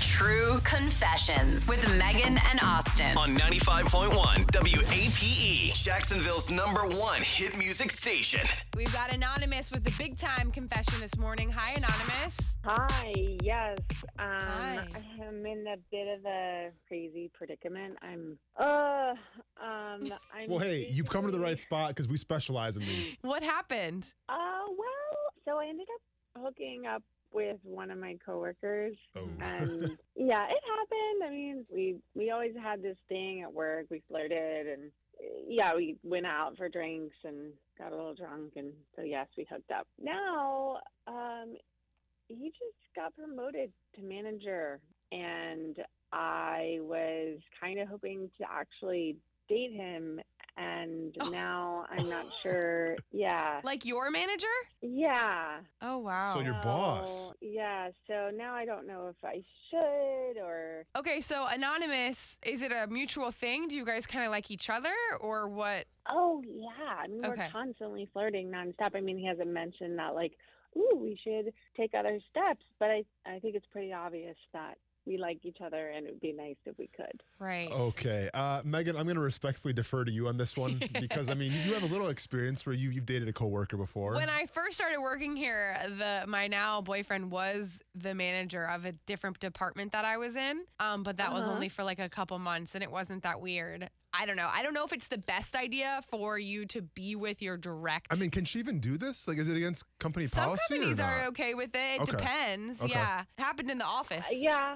True Confessions with Megan and Austin. on 95.1 WAPE, E, Jacksonville's number one hit music station. We've got Anonymous with the big time confession this morning. Hi, Anonymous. Hi, yes. Um, Hi. I'm in a bit of a crazy predicament. I'm, uh, um, I'm. Well, hey, you've come to the right basically- spot because we specialize in these. What happened? Uh, well, so I ended up hooking up with one of my coworkers. Oh. And yeah, it happened. I mean, we we always had this thing at work. We flirted and uh, yeah, we went out for drinks and got a little drunk and so yes, we hooked up. Now, um he just got promoted to manager and I was kind of hoping to actually date him and Oh. now I'm not sure. Yeah. Like your manager? Yeah. Oh, wow. So you're- Your boss. So, Yeah. So now I don't know if I should or okay, so Anonymous, is it a mutual thing? Do you guys kind of like each other or what? oh yeah. I mean Okay. we're constantly flirting nonstop. I mean he hasn't mentioned that like, ooh, we should take other steps, but I I think it's pretty obvious that we like each other and it would be nice if we could. Right. Okay, uh, Megan, I'm going to respectfully defer to you on this one because I mean, you have a little experience where you you've dated a coworker before. When I first started working here, the my now boyfriend was the manager of a different department that I was in. Um, but that was Uh-huh. only for like a couple months, and it wasn't that weird. I don't know. I don't know if it's the best idea for you to be with your direct. I mean, can she even do this? Like, is it against company some policy companies or are not? okay with it. It Okay. depends. Okay. Yeah, it happened in the office. Uh, yeah.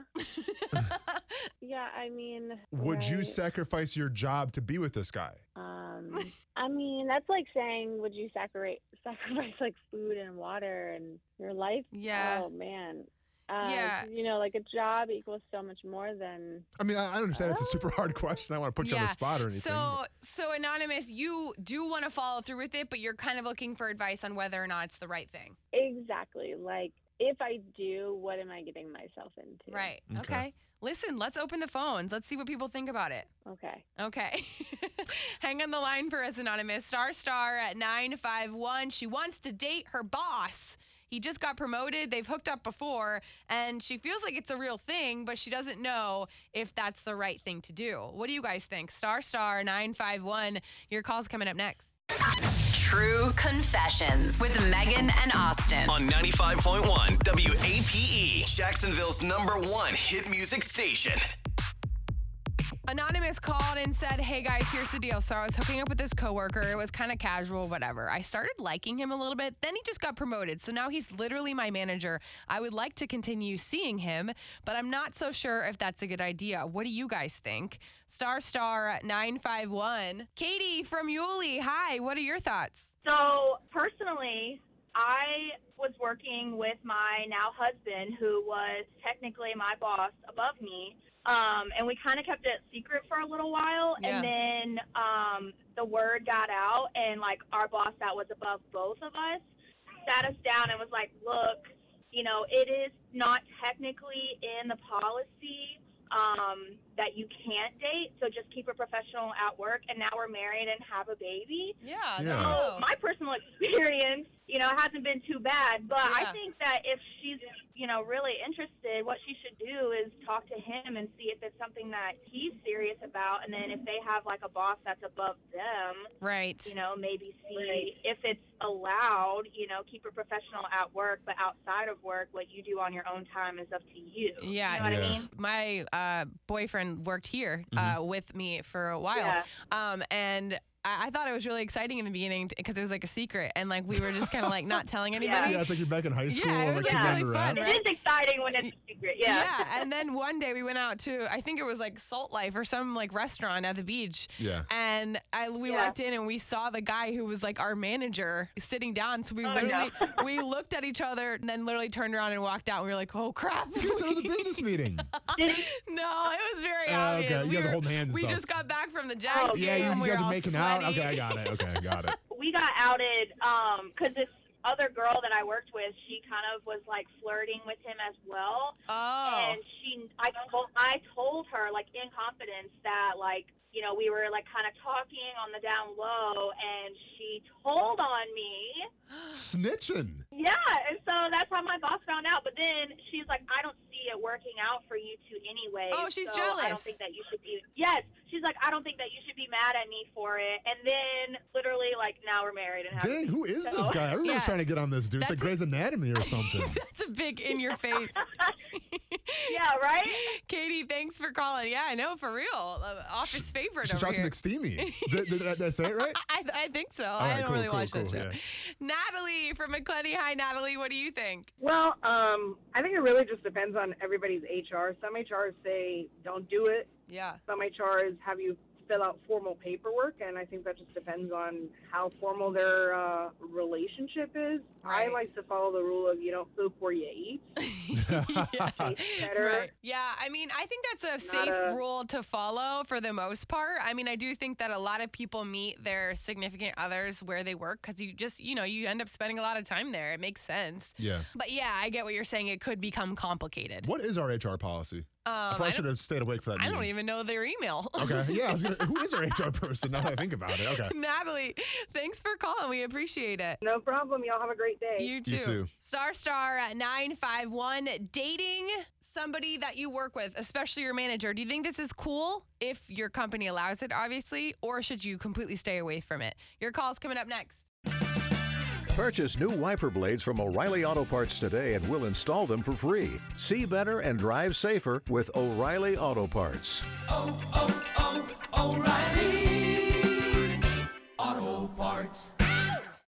yeah, I mean Would you right. sacrifice your job to be with this guy? um I mean that's like saying would you sacrifice sacrifice like food and water and your life Yeah. Oh man. Uh, Yeah. 'cause, You know, like a job equals so much more than. I mean, I, I understand it's a super hard question. I want to put you on Oh. Yeah. the spot or anything. but- So, so anonymous, you do want to follow through with it, but you're kind of looking for advice on whether or not it's the right thing. Exactly. Like if I do, what am I getting myself into? Right. Okay. okay. Listen, let's open the phones. Let's see what people think about it. Okay. Okay. Hang on the line for us, Anonymous. Star Star at 951. She wants to date her boss. He just got promoted. They've hooked up before, and she feels like it's a real thing, but she doesn't know if that's the right thing to do. What do you guys think? Star Star 951. Your call's coming up next. True Confessions with Megan and Austin. On 95.1 WAPE, E, Jacksonville's number one hit music station. Anonymous called and said, Hey guys, here's the deal. So I was hooking up with this coworker. It was kind of casual, whatever. I started liking him a little bit. Then he just got promoted. So now he's literally my manager. I would like to continue seeing him, but I'm not so sure if that's a good idea. What do you guys think? Star Star 951. Katie from Yulee. Hi, what are your thoughts? So personally, I was working with my now husband, who was technically my boss above me, um, and we kind of kept it secret for a little while, Yeah. and then um, the word got out, and like our boss that was above both of us sat us down and was like, "Look, you know, it is not technically in the policy." Um, that you can't date, so just keep it professional at work. And now we're married and have a baby. Yeah, there Yeah. you So my personal experience, you know, hasn't been too bad. But Yeah. I think that if she's, you know, really interested, what she should do is talk to him and see if it's something that he's serious about. And then if they have like a boss that's above them, Right. you know, maybe see if it's allowed. You know, keep it professional at work, but outside of work, what you do on your own time is up to you. Yeah. you know what Yeah. I mean. my uh, boyfriend worked here uh, with me for a while, Yeah. um, and I-, I thought it was really exciting in the beginning because it was like a secret, and like we were just kind of like not telling anybody. yeah, it's like you're back in high school. it and was, like, like, keep it really under fun, wraps. It Right. is exciting when it's a secret. and then one day we went out to I think it was like Salt Life or some like restaurant at the beach. Yeah. And I we Yeah. walked in and we saw the guy who was like our manager sitting down. So we Oh, no. literally we looked at each other and then literally turned around and walked out. And we were like, oh crap. You guys said it was a business meeting. Did he? No, it was very Oh, obvious. okay. You We guys are were- holding hands and We stuff. just got back from the Jags Oh, game. yeah, you, we you guys were are all making sweaty. out. Okay, I got it. Okay, got it. we got outed because this other girl that I worked with, she kind of was like flirting with him as well, Oh, and she, I told, I told her like in confidence that like you know we were like kind of talking on the down low, and she told on me. Snitching. Yeah, and so that's how my boss found out. But then she's like, I don't see it working out for you two anyway. Oh, she's so I don't jealous. think that you should be. Yes, she's like, I don't think that you should be mad at me for it. And then literally, like, now we're married and happy. Dang, who is this So- guy? Everyone's Yeah. trying to get on this dude. it's That's like Grey's Anatomy or something. that's a big in your face. Yeah, right. Katie, thanks for calling. Yeah, I know, for real. Uh, Office favorite Shout over out to here. McSteamy. did, did, did I say it right? I, I think so. All I right, don't cool, really cool, watch that cool, show. yeah. Natalie from McClenny. Hi, Natalie. What do you think? Well, um, I think it really just depends on everybody's HR. Some HRs say don't do it. Yeah. Some HRs have you fill out formal paperwork, and I think that just depends on how formal their uh, relationship is. Right. I like to follow the rule of you don't poop where you eat. yeah. better. Right. Yeah, I mean, I think that's a Not safe a- rule to follow for the most part. I mean, I do think that a lot of people meet their significant others where they work because you just, you know, you end up spending a lot of time there. It makes sense. Yeah. But yeah, I get what you're saying. It could become complicated. What is our HR policy? I Um, probably I, should don't, have stayed awake for that. I don't meeting. even know their email. Okay. Yeah. I was gonna, who is our HR person? Now that I think about it. Okay. Natalie, thanks for calling. We appreciate it. No problem. Y'all have a great day. You too. You too. Star Star at 951 dating somebody that you work with, especially your manager. Do you think this is cool if your company allows it obviously, or should you completely stay away from it? Your call's coming up next. Purchase new wiper blades from O'Reilly Auto Parts today and we'll install them for free. See better and drive safer with O'Reilly Auto Parts. oh, oh, O'Reilly. Auto Parts.